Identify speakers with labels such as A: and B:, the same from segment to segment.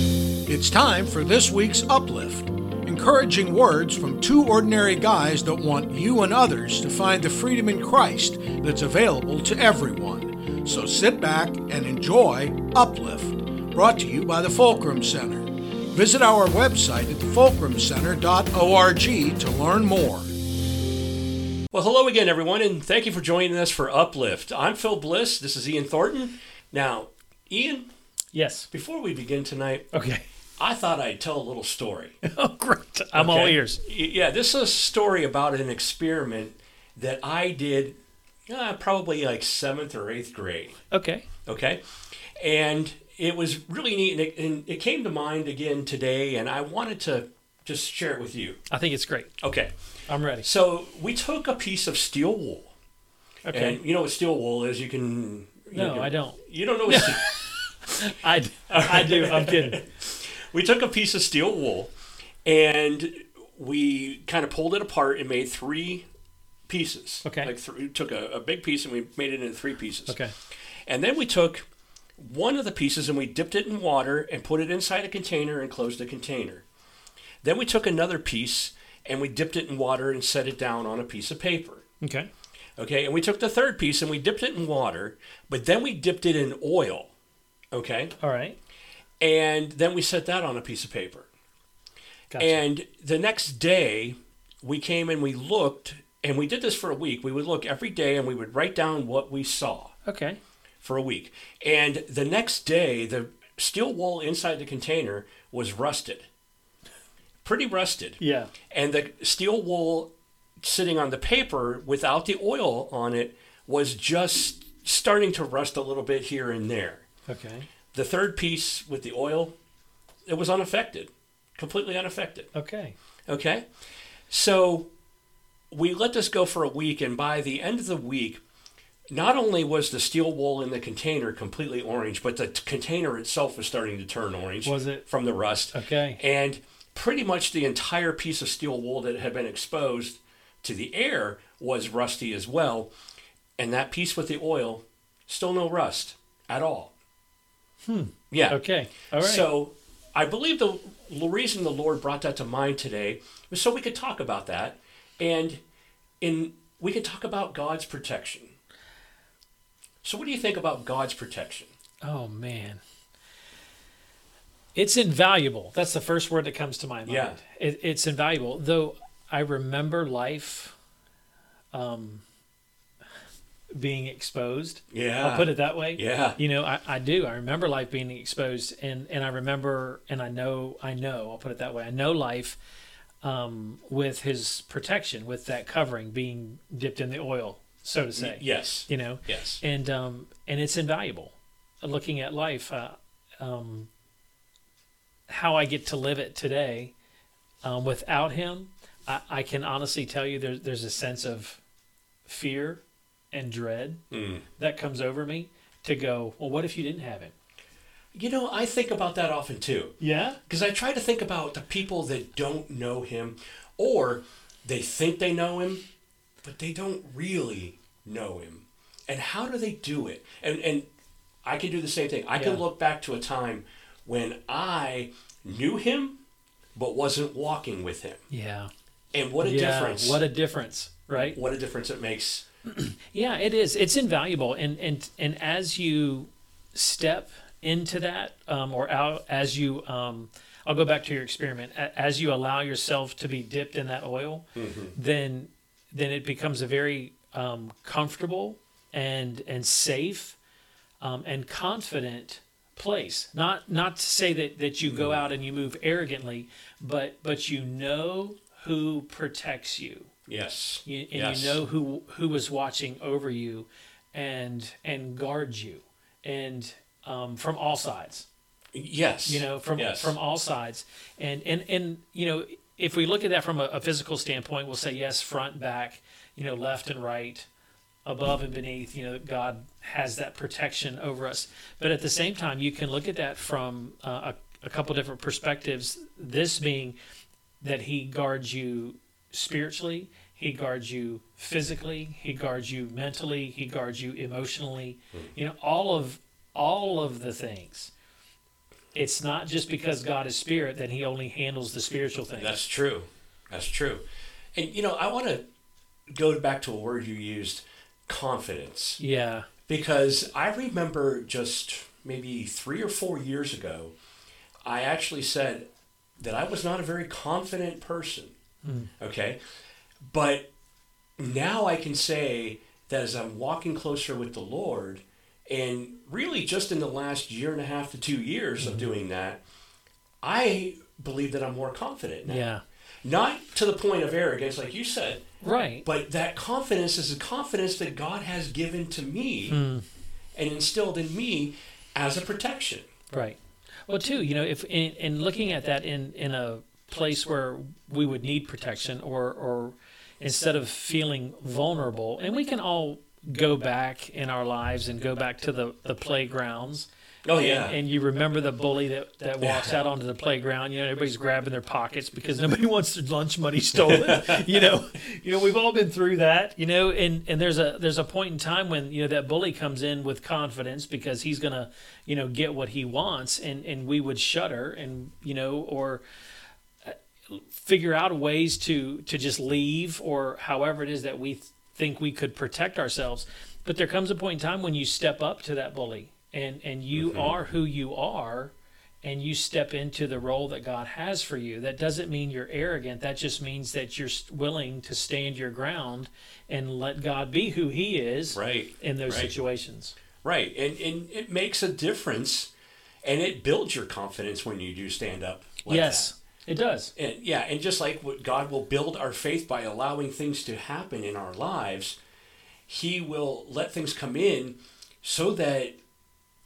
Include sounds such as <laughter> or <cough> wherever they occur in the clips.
A: It's time for this week's Uplift encouraging words from two ordinary guys that want you and others to find the freedom in Christ that's available to everyone. So sit back and enjoy Uplift, brought to you by the Fulcrum Center. Visit our website at fulcrumcenter.org to learn more.
B: Well, hello again, everyone, and thank you for joining us for Uplift. I'm Phil Bliss. This is Ian Thornton. Now, Ian,
C: Yes.
B: before we begin tonight,
C: Okay. <laughs>
B: I thought I'd tell a little story.
C: Oh, great. <laughs> I'm all
B: Okay.
C: ears.
B: Y- Yeah, this is a story about an experiment that I did uh, probably like seventh or eighth grade.
C: Okay.
B: Okay. And it was really neat. And it, and it came to mind again today. And I wanted to just share it with you.
C: I think it's great.
B: Okay.
C: I'm ready.
B: So we took a piece of steel wool.
C: Okay.
B: And you know what steel wool is? You can. you
C: No,
B: can-
C: I don't.
B: You don't know
C: <laughs>
B: what steel
C: I, d- I do. I'm kidding.
B: we took a piece of steel wool and we kind of pulled it apart and made three pieces.
C: Okay.
B: Like three, took a, a big piece and we made it into three pieces.
C: <laughs> Okay.
B: And then we took one of the pieces and we dipped it in water and put it inside a container and closed the container. Then we took another piece and we dipped it in water and set it down on a piece of paper.
C: Okay.
B: Okay, and we took the third piece and we dipped it in water, but then we dipped it in oil. Okay,
C: All right.
B: and then we set that on a piece of paper.
C: Gotcha.
B: And the next day, we came and we looked, and we did this for a week. We would look every day and we would write down what we saw
C: okay.
B: for a week. And the next day, the steel wool inside the container was rusted, pretty rusted.
C: Yeah.
B: And the steel wool sitting on the paper without the oil on it was just starting to rust a little bit here and there.
C: Okay.
B: The third piece with the oil, it was unaffected, completely unaffected.
C: Okay.
B: Okay. So we let this go for a week, and by the end of the week, not only was the steel wool in the container completely orange, but the t- container itself was starting to turn orange.
C: Was it?
B: From the rust.
C: Okay.
B: And pretty much the entire piece of steel wool that had been exposed to the air was rusty as well. And that piece with the oil, still no rust at all. Hmm. Yeah.
C: Okay. All right.
B: So I believe the l- reason the Lord brought that to mind today was so we could talk about that and in we could talk about God's protection. So what do you think about God's protection?
C: oh, man. It's invaluable. That's the first word that comes to my mind.
B: Yeah.
C: It, it's invaluable. Though I remember life um, being exposed.
B: Yeah.
C: I'll put it that way.
B: Yeah.
C: You know, I, I do. I remember life being exposed and, and I remember and I know I know, I'll put it that way. I know life um, with his protection, with that covering being dipped in the oil, so to say.
B: Yes.
C: You know?
B: Yes.
C: And um and it's invaluable. Looking at life, uh, um how I get to live it today, um, without him, I, I can honestly tell you there's there's a sense of fear and dread
B: Hmm.
C: that comes over me to go, well, what if you didn't have him?
B: You know, I think about that often too.
C: Yeah.
B: Because I try to think about the people that don't know him or they think they know him, but they don't really know him. And how do they do it? And and I can do the same thing. I can
C: Yeah.
B: look back to a time when I knew him but wasn't walking with him.
C: Yeah.
B: And what a
C: yeah.
B: difference.
C: What a difference, right?
B: what a difference it makes.
C: Yeah, it is. It's invaluable, and and and as you step into that, um, or out as you, um, I'll go back to your experiment. A- As you allow yourself to be dipped in that oil, then then it becomes a very um, comfortable and and safe um, and confident place. Not not to say that that you go out and you move arrogantly, but but you know who protects you
B: Yes.
C: you, and
B: yes.
C: you know who who was watching over you and and guards you and um, from all sides
B: Yes.
C: you know from
B: yes.
C: from all sides and and and you know if we look at that from a, a physical standpoint we'll say yes front back you know left and right above and beneath you know god has that protection over us but at the same time you can look at that from uh, a, a couple different perspectives this being that he guards you spiritually he guards you physically he guards you mentally he guards you emotionally you know all of all of the things it's not just because God is spirit that he only handles the spiritual things.
B: That's true. That's true. And you know, I want to go back to a word you used, confidence,
C: yeah.
B: because I remember just maybe 3 or 4 years ago, I actually said that I was not a very confident person. Okay? But now I can say that as I'm walking closer with the Lord, and really just in the last year and a half to 2 years of doing that, I believe that I'm more confident now
C: Yeah.
B: not to the point of arrogance like you said
C: Right.
B: but that confidence is a confidence that god has given to me
C: Hmm.
B: and instilled in me as a protection
C: Right. Well, too, you know, if in, in looking at that in in a place where we would need protection, or or instead of feeling vulnerable, and we can all go back in our lives and go back to the the playgrounds.
B: oh
C: And, and you remember the bully that, that walks out onto the playground. You know, everybody's grabbing their pockets because <laughs> nobody wants their lunch money stolen. <laughs> you know, you know, we've all been through that. You know, and and there's a there's a point in time when you know that bully comes in with confidence because he's gonna you know get what he wants, and and we would shudder and you know or uh, figure out ways to to just leave or however it is that we th- think we could protect ourselves but there comes a point in time when you step up to that bully and and you
B: Mm-hmm.
C: are who you are and you step into the role that God has for you that doesn't mean you're arrogant that just means that you're s- willing to stand your ground and let God be who he is
B: right
C: in those
B: right,
C: situations
B: right and and it makes a difference and it builds your confidence when you do stand up like
C: yes it does
B: that. and yeah and just like what god will build our faith by allowing things to happen in our lives he will let things come in so that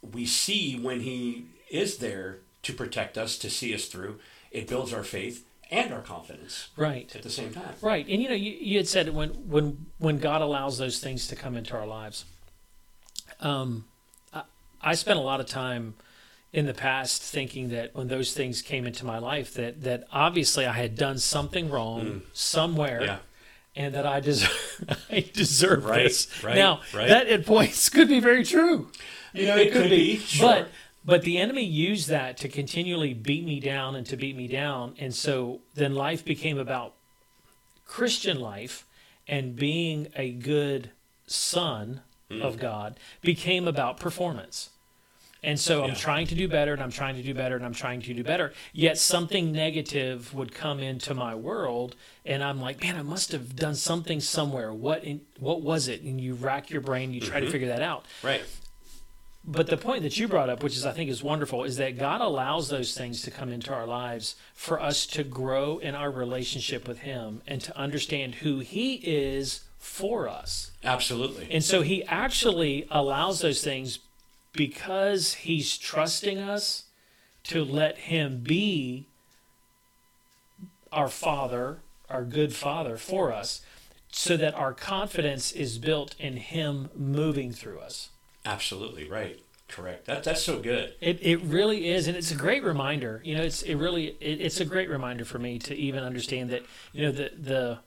B: we see when he is there to protect us to see us through it builds our faith and our confidence
C: right
B: at the same time
C: Right, and you know, you, you had said when when when God allows those things to come into our lives. Um, I, I spent a lot of time in the past thinking that when those things came into my life, that that obviously I had done something wrong somewhere,
B: Mm. Yeah.
C: and that I deserve <laughs> I deserve
B: Right,
C: this.
B: right,
C: now
B: right.
C: that at points <laughs> could be very true. You know, it, could, be,
B: sure.
C: but but the enemy used that to continually beat me down and to beat me down, and so then life became about Christian life and being a good son of God became about performance. And so I'm trying to do better and I'm trying to do better and I'm trying to do better. Yet something negative would come into my world and I'm like, man, I must have done something somewhere. What in, what was it? And you rack your brain, you try to figure that out.
B: right
C: But the point that you brought up, which is I think is wonderful, is that God allows those things to come into our lives for us to grow in our relationship with Him and to understand who He is for us.
B: absolutely
C: And so He actually allows those things because He's trusting us to let Him be our Father, our good Father for us, so that our confidence is built in Him moving through us.
B: absolutely right correct that, that's so good
C: It, it really is, and it's a great reminder. You know, it's it really it, it's a great reminder for me to even understand that you know the the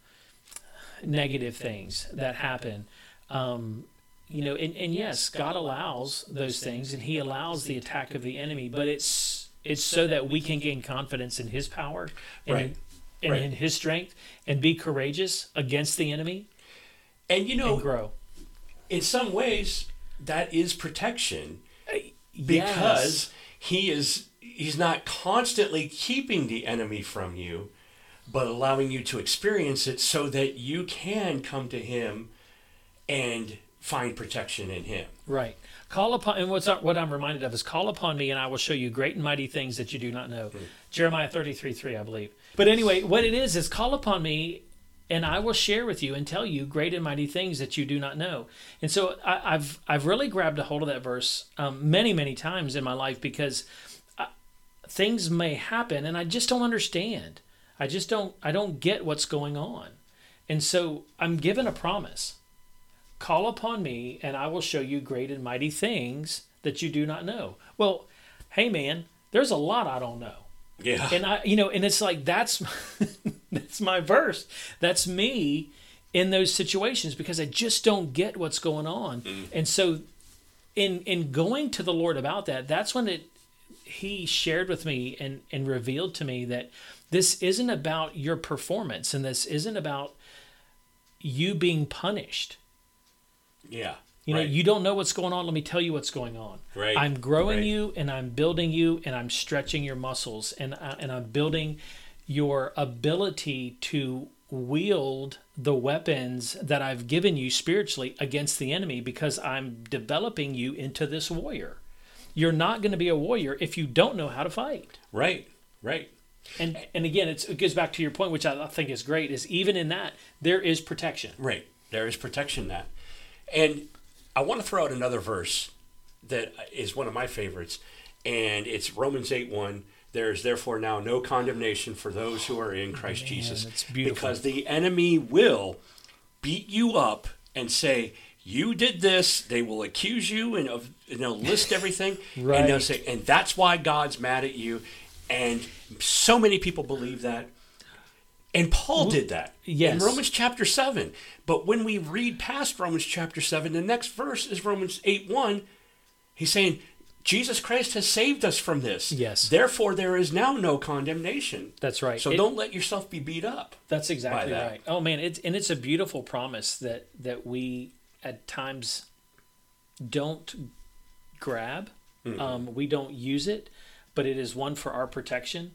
C: negative things that happen. Um, you know, and, and yes, God allows those things, and He allows the attack of the enemy, but it's it's so that we can gain confidence in His power, and,
B: Right.
C: and
B: Right.
C: in His strength, and be courageous against the enemy
B: and you
C: and
B: know
C: grow.
B: in some ways that is protection because he is he's not constantly keeping the enemy from you but allowing you to experience it so that you can come to him and find protection in him
C: Right. Call upon, and what's what I'm reminded of is call upon me, and I will show you great and mighty things that you do not know. Jeremiah 33 3, I believe. But anyway, what it is is call upon me, and I will share with you and tell you great and mighty things that you do not know. And so I, I've I've really grabbed a hold of that verse um, many many times in my life because I, things may happen, and I just don't understand. I just don't I don't get what's going on, and so I'm given a promise call upon me and I will show you great and mighty things that you do not know. Well, hey man, there's a lot I don't know.
B: yeah
C: And I you know, and it's like that's <laughs> that's my verse. That's me in those situations because I just don't get what's going on. And so in in going to the Lord about that, that's when it he shared with me and and revealed to me that this isn't about your performance and this isn't about you being punished.
B: Yeah.
C: You know,
B: right.
C: you don't know what's going on. Let me tell you what's going on.
B: Right,
C: I'm growing
B: right.
C: you and I'm building you and I'm stretching your muscles and I, and I'm building your ability to wield the weapons that I've given you spiritually against the enemy because I'm developing you into this warrior. You're not going to be a warrior if you don't know how to fight.
B: right. Right.
C: And and again, it's, it goes back to your point, which I I think is great. Is even in that there is protection.
B: Right. There is protection in that. And I want to throw out another verse that is one of my favorites, and it's Romans 8 1. There is therefore now no condemnation for those who are in Christ Jesus.
C: that's beautiful.
B: Because the enemy will beat you up and say, You did this. They will accuse you and, of, and they'll
C: <laughs>
B: list everything. And they'll
C: Right.
B: say, And that's why God's mad at you. And so many people believe that. And Paul did that in
C: yes.
B: Romans chapter 7. But when we read past Romans chapter 7, the next verse is Romans 8 1. He's saying, Jesus Christ has saved us from this.
C: Yes.
B: Therefore, there is now no condemnation.
C: That's right.
B: So
C: It-
B: don't let yourself be beat up.
C: That's exactly
B: that.
C: right. Oh man, it's and it's a beautiful promise that that we at times don't grab.
B: Mm-hmm.
C: Um, we don't use it, but it is one for our protection,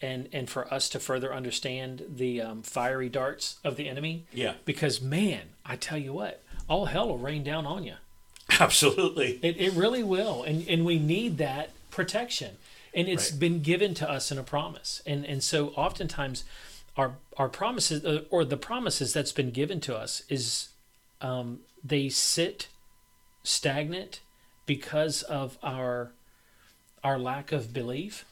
C: and and for us to further understand the um, fiery darts of the enemy.
B: Yeah. <laughs>
C: Because man, I tell you what, all hell will rain down on you.
B: Absolutely.
C: It, it really will, and and we need that protection, and it's been given to us in a promise, and and so oftentimes, our our promises uh, or the promises that's been given to us is, um, they sit stagnant because of our our lack of belief.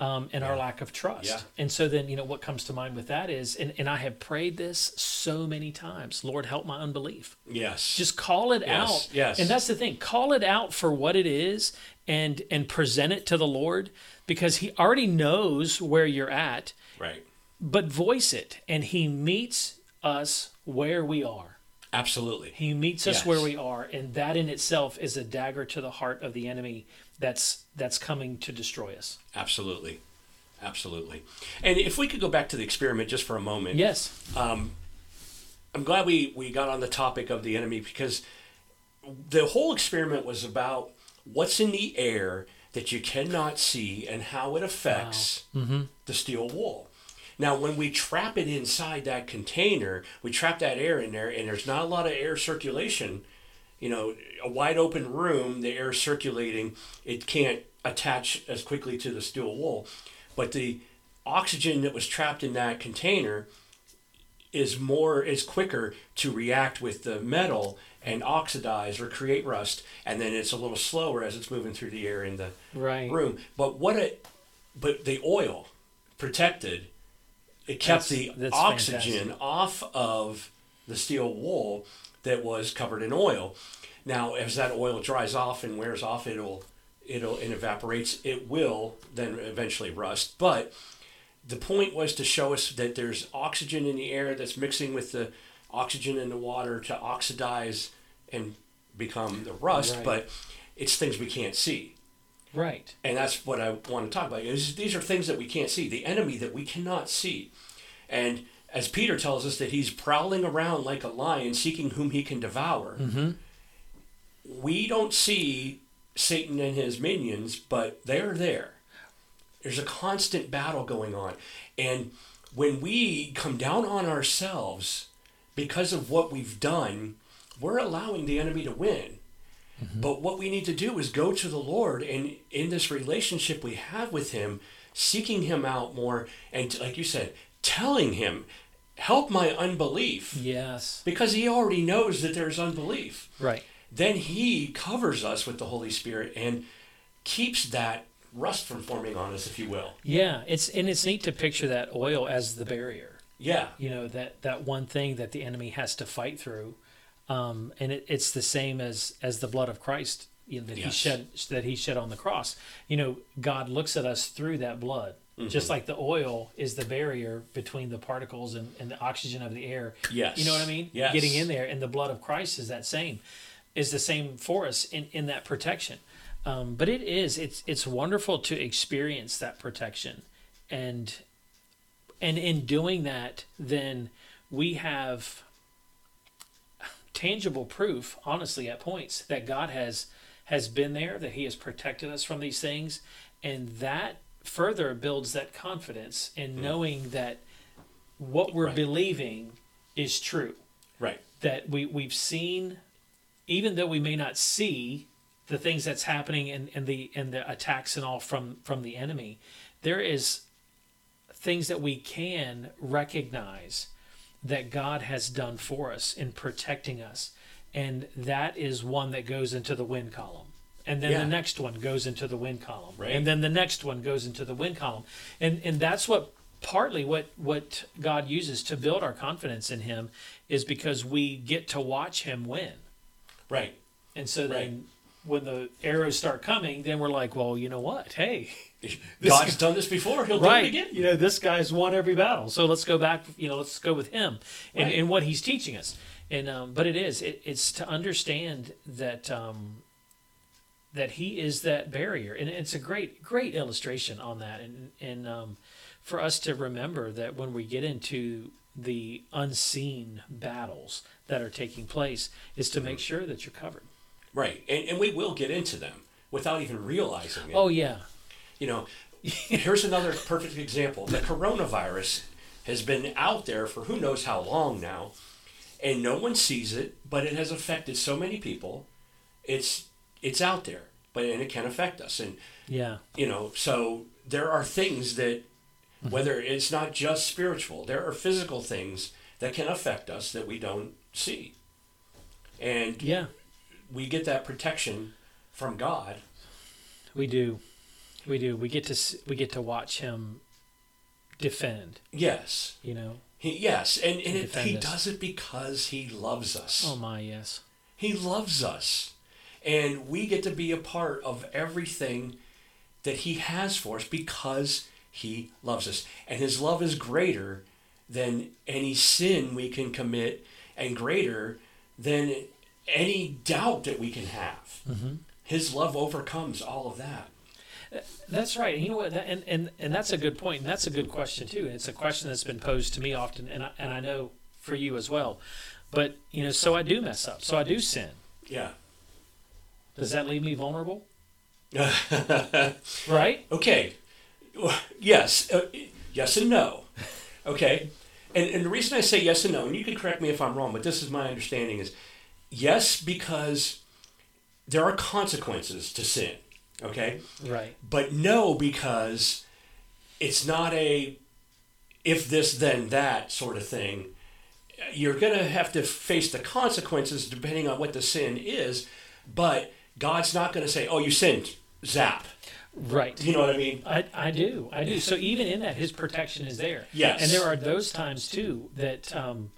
C: Um, and our lack of trust.
B: Yeah.
C: And so then, you know, what comes to mind with that is, and, and I have prayed this so many times Lord, help my unbelief
B: Yes.
C: just call it
B: Yes,
C: out
B: yes.
C: and that's the thing call it out for what it is and and present it to the lord because he already knows where you're at
B: right.
C: but voice it and he meets us where we are
B: Absolutely.
C: he meets us
B: Yes.
C: where we are and that in itself is a dagger to the heart of the enemy that's that's coming to destroy us
B: Absolutely. Absolutely. And if we could go back to the experiment just for a moment.
C: yes
B: Um, I'm glad we, we got on the topic of the enemy because the whole experiment was about what's in the air that you cannot see and how it affects the steel wool. Now, when we trap it inside that container, we trap that air in there, and there's not a lot of air circulation. You know, a wide open room, the air circulating, it can't attach as quickly to the steel wool. But the oxygen that was trapped in that container is more is quicker to react with the metal and oxidize or create rust and then it's a little slower as it's moving through the air in the
C: Right.
B: room but what it but the oil protected it kept
C: That's-
B: the
C: that's
B: oxygen off of the steel wool that was covered in oil now as that oil dries off and wears off it'll it'll and evaporates it will then eventually rust but the point was to show us that there's oxygen in the air that's mixing with the oxygen in the water to oxidize and become the rust,
C: Right.
B: but it's things we can't see.
C: right
B: And that's what I want to talk about. Is these are things that we can't see, the enemy that we cannot see. And as Peter tells us that he's prowling around like a lion seeking whom he can devour. We don't see Satan and his minions, but they're there. There's a constant battle going on. And when we come down on ourselves because of what we've done, we're allowing the enemy to win. But what we need to do is go to the Lord and in this relationship we have with Him, seeking Him out more. And like you said, telling Him, help my unbelief.
C: yes
B: Because He already knows that there's unbelief.
C: right
B: Then He covers us with the Holy Spirit and keeps that rust from forming on us, if you will.
C: yeah it's and it's neat to picture that oil as the barrier
B: Yeah.
C: you know that that one thing that the enemy has to fight through um and it, it's the same as as the blood of christ you know, that he
B: Yes.
C: shed that he shed on the cross you know god looks at us through that blood just like the oil is the barrier between the particles and, and the oxygen of the air
B: Yes.
C: you know what i mean
B: Yes.
C: getting in there and the blood of christ is that same is the same for us in in that protection Um, but it is it's it's wonderful to experience that protection, and and in doing that, then we have tangible proof, honestly, at points that God has has been there, that He has protected us from these things, and that further builds that confidence
B: Hmm.
C: in knowing that what we're
B: Right.
C: believing is true
B: Right.
C: that we, we've seen, even though we may not see the things that's happening and, and the and the attacks and all from from the enemy, there is things that we can recognize that God has done for us in protecting us. And that is one that goes into the win column. And then
B: Yeah.
C: the next one goes into the win column.
B: Right.
C: And then the next one goes into the win column. And and that's what partly what what God uses to build our confidence in him is because we get to watch him win.
B: Right.
C: And so then when the arrows start coming, then we're like, well, you know what? Hey, <laughs>
B: God's done this before. He'll
C: right
B: do it again.
C: you know this guy's won every battle so let's go back you know let's go with him and,
B: Right.
C: and what he's teaching us and um, but it is it, it's to understand that um, that he is that barrier and it's a great great illustration on that and and um, for us to remember that when we get into the unseen battles that are taking place is to make sure that you're covered
B: Right. And, and we will get into them without even realizing it.
C: oh yeah
B: You know, here's another perfect example. The coronavirus has been out there for who knows how long now, and no one sees it, but it has affected so many people. It's it's out there, but and it can affect us. And
C: yeah
B: you know, so there are things that
C: Mm-hmm.
B: whether it's not just spiritual, there are physical things that can affect us that we don't see. And
C: yeah
B: we get that protection from God.
C: We do, we do. We get to s- we get to watch him defend.
B: Yes.
C: You know.
B: He, yes, and, and it,
C: defend
B: he
C: us.
B: does it because he loves us.
C: Oh my, yes.
B: He loves us. And we get to be a part of everything that he has for us because he loves us. And his love is greater than any sin we can commit and greater than any doubt that we can have. His love overcomes all of that.
C: That's right. You know what? That, and, and and that's a good point, and that's a good question too. And it's a question that's been posed to me often, and I, and I know for you as well. But you know, so I do mess up. So I do sin.
B: Yeah. <laughs>
C: Does that leave me vulnerable? right.
B: Okay. Yes. Uh, yes and no. Okay. And, and the reason I say yes and no, and you can correct me if I'm wrong, but this is my understanding is yes, because there are consequences to sin. Okay.
C: Right.
B: But no, because it's not a if this, then that sort of thing. You're going to have to face the consequences depending on what the sin is, but God's not going to say, oh, you sinned, zap.
C: Right.
B: You know what I mean?
C: I, I do. I do. So even in that, his protection is there.
B: Yes.
C: And there are those times too that um,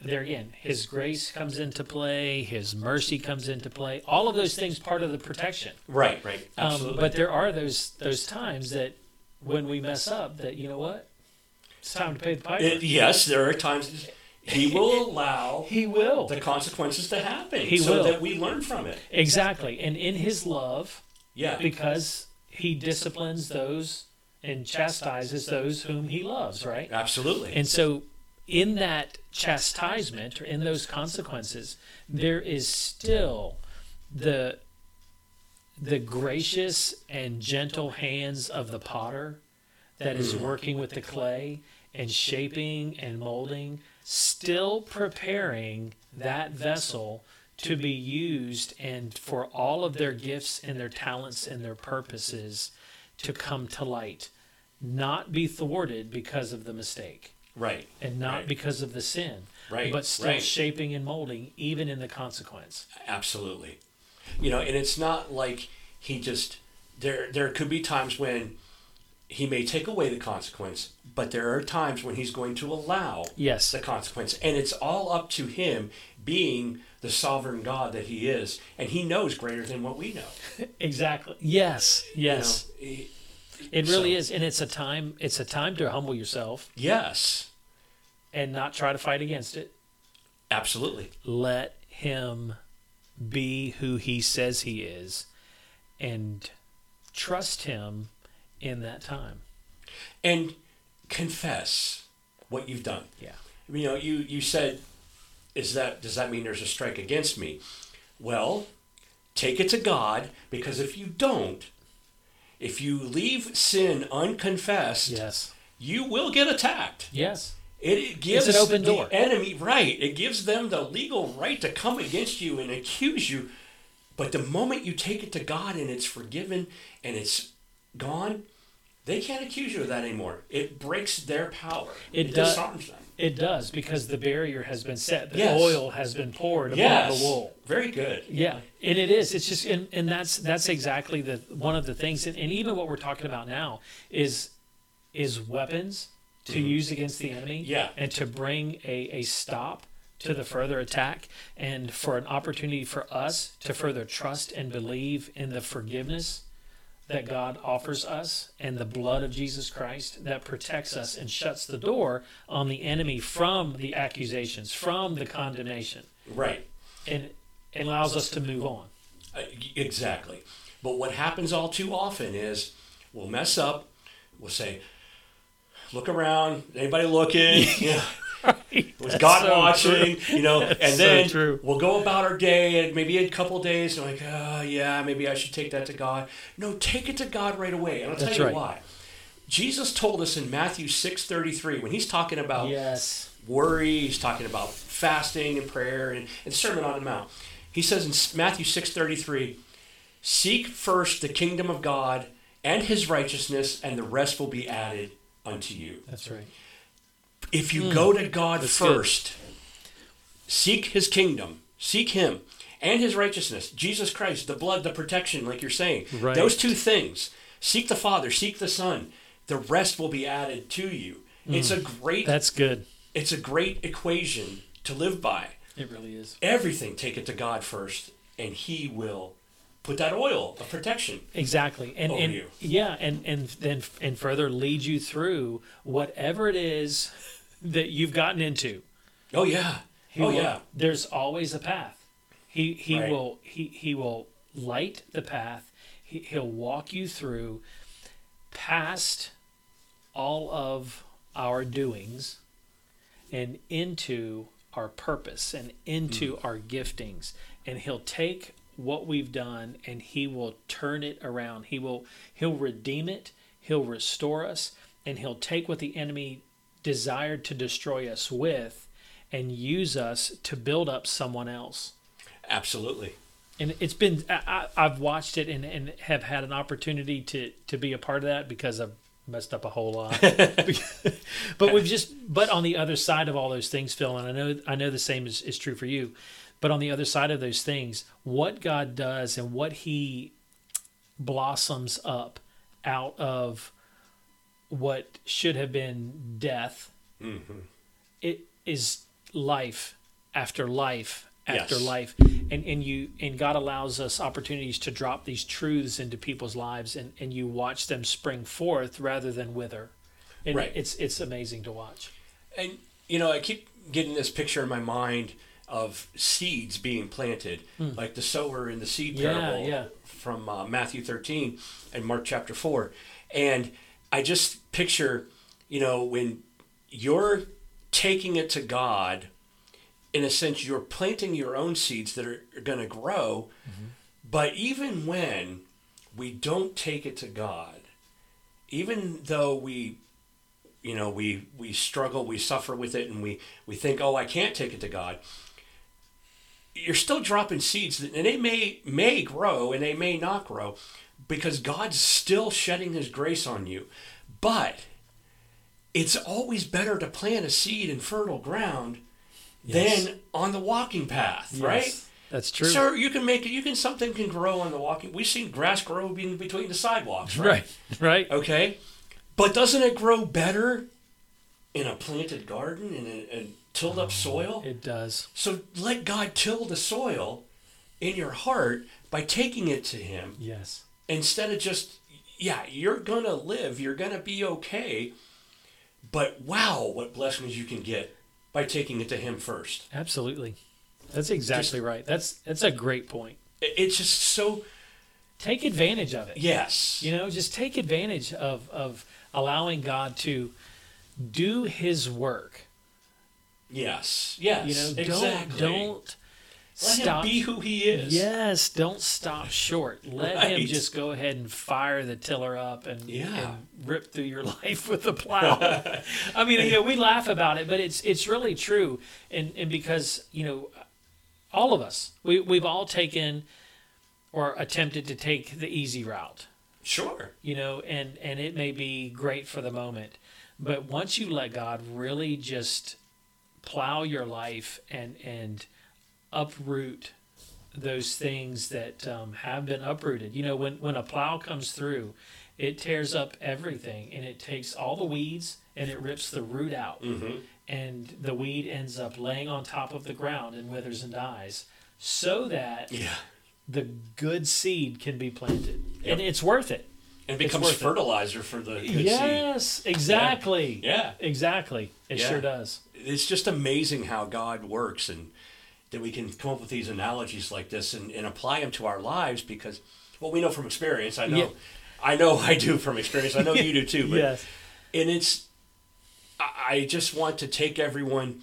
C: there again, his grace comes into play, his mercy comes into play. All of those things part of the protection.
B: Right, right,
C: Um,
B: absolutely.
C: but there are those those times that when we mess up, that you know what, it's time to pay the piper.
B: It- yes, there are times he
C: <laughs>
B: will allow
C: he will.
B: the consequences to happen
C: He
B: so
C: will.
B: that we learn from it.
C: Exactly. And in his love,
B: Yeah,
C: because he disciplines those and chastises those whom he loves, right?
B: absolutely.
C: And so, in that chastisement or in those consequences, there is still the the gracious and gentle hands of the potter that is working with the clay and shaping and molding, still preparing that vessel to be used and for all of their gifts and their talents and their purposes to come to light, not be thwarted because of the mistake
B: right.
C: and not
B: Right.
C: because of the sin,
B: Right,
C: but still
B: right.
C: shaping and molding, even in the consequence.
B: Absolutely. You know, and it's not like he just there there could be times when he may take away the consequence, but there are times when he's going to allow
C: Yes.
B: the consequence. And it's all up to him being the sovereign God that he is, and he knows greater than what we know.
C: Exactly. Yes.
B: You know,
C: Yes.
B: he-
C: it really
B: so-
C: is, and it's a time. It's a time to humble yourself
B: yes.
C: and not try to fight against it.
B: Absolutely.
C: Let him be who he says he is, and trust Him in that time.
B: and confess what you've done.
C: Yeah.
B: You know, you you said, is that does that mean there's a strike against me? Well, take it to God because if you don't, if you leave sin unconfessed,
C: Yes.
B: you will get attacked.
C: Yes.
B: It, it gives
C: an open
B: the
C: door.
B: enemy right. It gives them the legal right to come against you and accuse you. But the moment you take it to God and it's forgiven and it's gone, they can't accuse you of that anymore. It breaks their power.
C: It does-
B: disarms them.
C: It does because the barrier has been set. The
B: Yes.
C: oil has been poured upon
B: Yes.
C: the wool.
B: Very good.
C: Yeah, and it is. It's just, and, and that's that's exactly the one of the things, and, and even what we're talking about now is is weapons to use against the enemy.
B: Yeah.
C: and to bring a, a stop to the further attack, and for an opportunity for us to further trust and believe in the forgiveness that God offers us and the blood of Jesus Christ that protects us and shuts the door on the enemy from the accusations, from the condemnation
B: Right.
C: and it allows us to move on.
B: Uh, exactly. But what happens all too often is we'll mess up. We'll say, look around. Anybody
C: <laughs>
B: looking? Yeah. Was God
C: so
B: watching? You know, and then
C: so true.
B: we'll go about our day, and maybe in a couple days, and like, oh, yeah, maybe I should take that to God. No, take it to God right away, and I'll
C: That's
B: tell you
C: right.
B: why. Jesus told us in Matthew six thirty three when he's talking about
C: Yes.
B: worry. He's talking about fasting and prayer and, and Sermon on the Mount. He says in Matthew 6.33, Seek first the kingdom of God and his righteousness, and the rest will be added unto you.
C: That's right.
B: If you go to God
C: Hmm. good.
B: first, seek his kingdom, seek him and his righteousness, Jesus Christ, the blood, the protection, like you're saying.
C: Right.
B: Those two things. Seek the Father, seek the Son. The rest will be added to you. It's a great
C: Hmm. That's good.
B: it's a great equation to live by.
C: It really is.
B: Everything, take it to God first, and He will put that oil of protection.
C: Exactly. And,
B: Over
C: and
B: you.
C: yeah, and and then and further lead you through whatever it is that you've gotten into.
B: Oh yeah,
C: He
B: oh
C: will-
B: yeah,
C: There's always a path. He he
B: Right.
C: will he he will light the path. He, he'll walk you through past all of our doings and into our purpose and into our giftings and he'll take what we've done and he will turn it around he will he'll redeem it he'll restore us and he'll take what the enemy desired to destroy us with and use us to build up someone else
B: absolutely.
C: and it's been I, I, I've watched it and, and have had an opportunity to to be a part of that because I've messed up a whole lot. but we've just but on the other side of all those things, Phil, and I know I know the same is, is true for you. But on the other side of those things, what God does and what He blossoms up out of what should have been death, it is life after life after
B: Yes.
C: life, and and you and God allows us opportunities to drop these truths into people's lives, and and you watch them spring forth rather than wither. And
B: Right.
C: It's it's amazing to watch.
B: And you know, I keep getting this picture in my mind of seeds being planted, like the sower in the seed
C: Hmm. Yeah,
B: parable
C: yeah.
B: from uh, Matthew 13 and Mark chapter 4. And I just picture, you know, when you're taking it to God, in a sense, you're planting your own seeds that are, are going to grow.
C: Mm-hmm.
B: But even when we don't take it to God, even though we you know we we struggle we suffer with it and we we think oh i can't take it to god you're still dropping seeds that- and they may may grow and they may not grow because god's still shedding his grace on you but it's always better to plant a seed in fertile ground than on the walking path right
C: Yes, That's true.
B: Sir, you can make it. You can something can grow on the walking. We've seen grass grow being between the sidewalks, right?
C: <laughs> Right. Right.
B: Okay, but doesn't it grow better in a planted garden in a, a tilled up soil?
C: Oh, It does.
B: so let God till the soil in your heart by taking it to Him
C: Yes.
B: instead of just yeah you're gonna live you're gonna be okay but wow what blessings you can get by taking it to him first
C: Absolutely. That's exactly right. That's that's a great point.
B: it- it's just so
C: take advantage of it.
B: Yes.
C: You know, just take advantage of of allowing God to do His work.
B: Yes. Yes.
C: You know,
B: exactly.
C: don't don't
B: Let
C: stop.
B: him be who he is.
C: Yes, don't stop short. Let him
B: Right.
C: just go ahead and fire the tiller up and,
B: Yeah.
C: and rip through your <laughs> life with the plow.
B: <laughs>
C: I mean, you know, we laugh about it, but it's it's really true. And and because you know, all of us, we we've all taken or attempted to take the easy route
B: Sure.
C: you know and and it may be great for the moment but once you let god really just plow your life and and uproot those things that um, have been uprooted you know when when a plow comes through it tears up everything and it takes all the weeds and it rips the root out
B: Mm-hmm.
C: and the weed ends up laying on top of the ground and withers and dies so that
B: Yeah.
C: the good seed can be planted
B: Yep.
C: and it's worth it
B: And it becomes
C: worth it.
B: fertilizer for the good seed.
C: yes, exactly.
B: Yeah.
C: Exactly. It
B: Yeah.
C: sure does.
B: It's just amazing how God works and that we can come up with these analogies like this and, and apply them to our lives because, well, we know from experience. I know.
C: Yeah.
B: I know <laughs> I do from experience. I know you do too. But
C: <laughs> Yes.
B: and it's I I just want to take everyone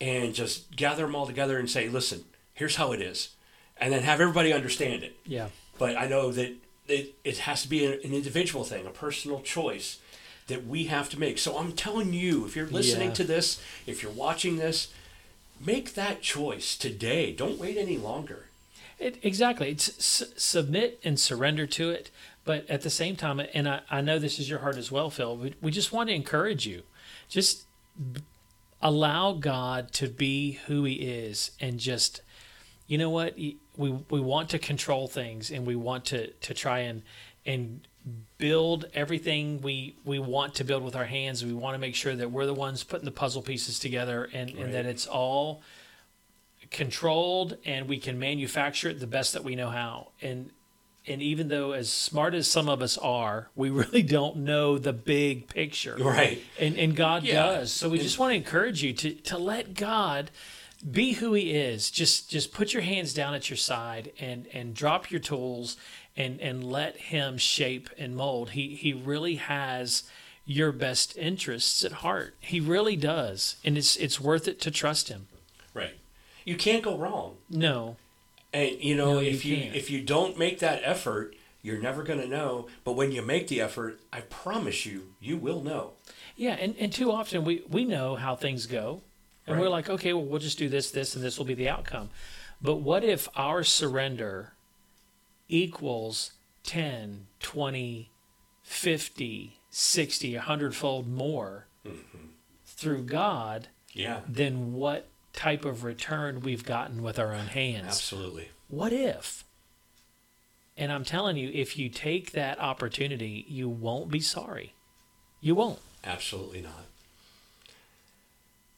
B: and just gather them all together and say, listen, here's how it is, and then have everybody understand it.
C: Yeah.
B: But I know that it, it has to be an an individual thing, a personal choice that we have to make. So I'm telling you, if you're listening
C: Yeah.
B: to this, if you're watching this, make that choice today. Don't wait any longer.
C: It, exactly. It's s- submit and surrender to it. But at the same time, and I, I know this is your heart as well, Phil, we, we just want to encourage you. Just b- allow God to be who he is and just, you know what? Y- We, we want to control things and we want to, to try and, and build everything we, we want to build with our hands. We want to make sure that we're the ones putting the puzzle pieces together and, and that it's all controlled and we can manufacture it the best that we know how and and even though as smart as some of us are we <laughs> really don't know the big picture
B: Right.
C: and and god
B: Yeah.
C: does so we just want to encourage you to to let god be who he is just just put your hands down at your side and and drop your tools and and let him shape and mold he he really has your best interests at heart he really does and it's it's worth it to trust him
B: Right. You can't go wrong.
C: no
B: And you know,
C: No, you
B: if you
C: can't.
B: if you don't make that effort, you're never going to know. But when you make the effort, I promise you, you will know.
C: Yeah, and, and too often we, we know how things go. And we're
B: Right.
C: like, okay, well, we'll just do this, this, and this will be the outcome. But what if our surrender equals 10, 20, 50, 60, 100 fold more through God
B: Yeah,
C: than what type of return we've gotten with our own hands?
B: absolutely.
C: what if? And I'm telling you, if you take that opportunity, you won't be sorry. You won't.
B: Absolutely not.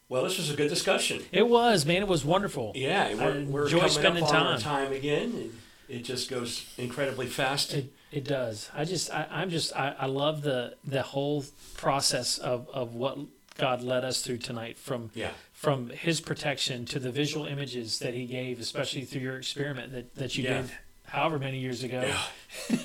B: Well, this was a good discussion.
C: It was, man. It was wonderful.
B: Yeah, and
C: I
B: we're, we're
C: enjoy
B: coming
C: spending
B: up on our
C: time.
B: time again, and it just goes incredibly fast.
C: It, it does. I just, I, I'm just, I, I love the the whole process of of what God led us through tonight from
B: Yeah.
C: from His protection to the visual images that He gave, especially through your experiment that that you
B: Yeah.
C: did however many years ago.
B: Yeah.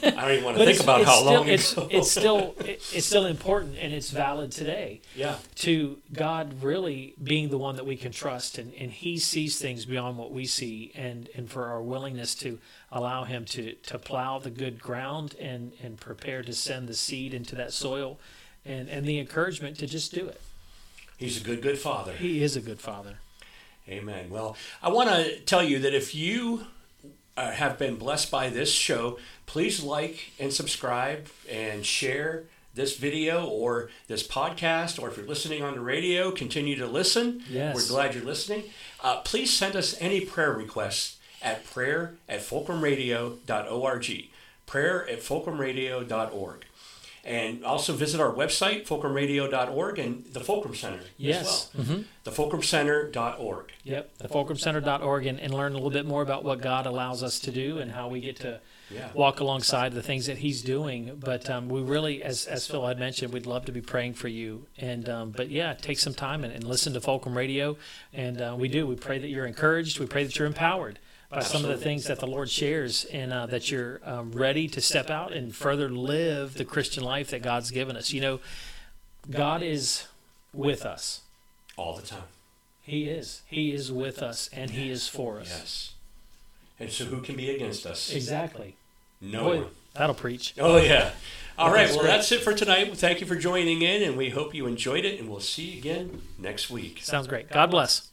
B: I don't even want
C: But
B: to think
C: it's-
B: about
C: it's
B: how
C: still,
B: long
C: it's
B: ago.
C: it's still
B: <laughs>
C: it, it's still important and it's valid today.
B: yeah,
C: to God really being the one that we can trust and, and he sees things beyond what we see and, and for our willingness to allow him to, to plow the good ground and, and prepare to send the seed into that soil and, and the encouragement to just do it.
B: he's a good, good father.
C: He is a good father.
B: Amen. Well, I want to tell you that if you uh, have been blessed by this show, please like and subscribe and share this video or this podcast, or if you're listening on the radio, continue to listen.
C: Yes.
B: We're glad you're listening. Uh, please send us any prayer requests at prayer at fulcrumradio.org. Prayer at fulcrumradio.org. And also visit our website, fulcrumradio.org, and the Fulcrum Center
C: Yes. Mm-hmm.
B: as well. The fulcrumcenter.org.
C: Yep. The fulcrumcenter.org and, and learn a little bit more about what God allows us to do and how we get to
B: Yeah.
C: walk alongside the things that he's doing. But um, we really, as, as Phil had mentioned, we'd love to be praying for you. And um, but yeah, take some time and, and listen to Fulcrum Radio. And uh, we do. We pray that you're encouraged. We pray that you're empowered. by some of the things that the Lord shares, and uh, that you're um, ready to step out and further live the Christian life that God's given us. You know, God is with us.
B: all the time.
C: He is. He is with us, and He is for us.
B: Yes. And so, who can be against us?
C: Exactly.
B: No
C: Boy,
B: one.
C: that'll preach.
B: Oh yeah. All right.
C: That's
B: Well,
C: great.
B: that's it for tonight. Thank you for joining in, and we hope you enjoyed it. And we'll see you again next week.
C: Sounds great. God bless.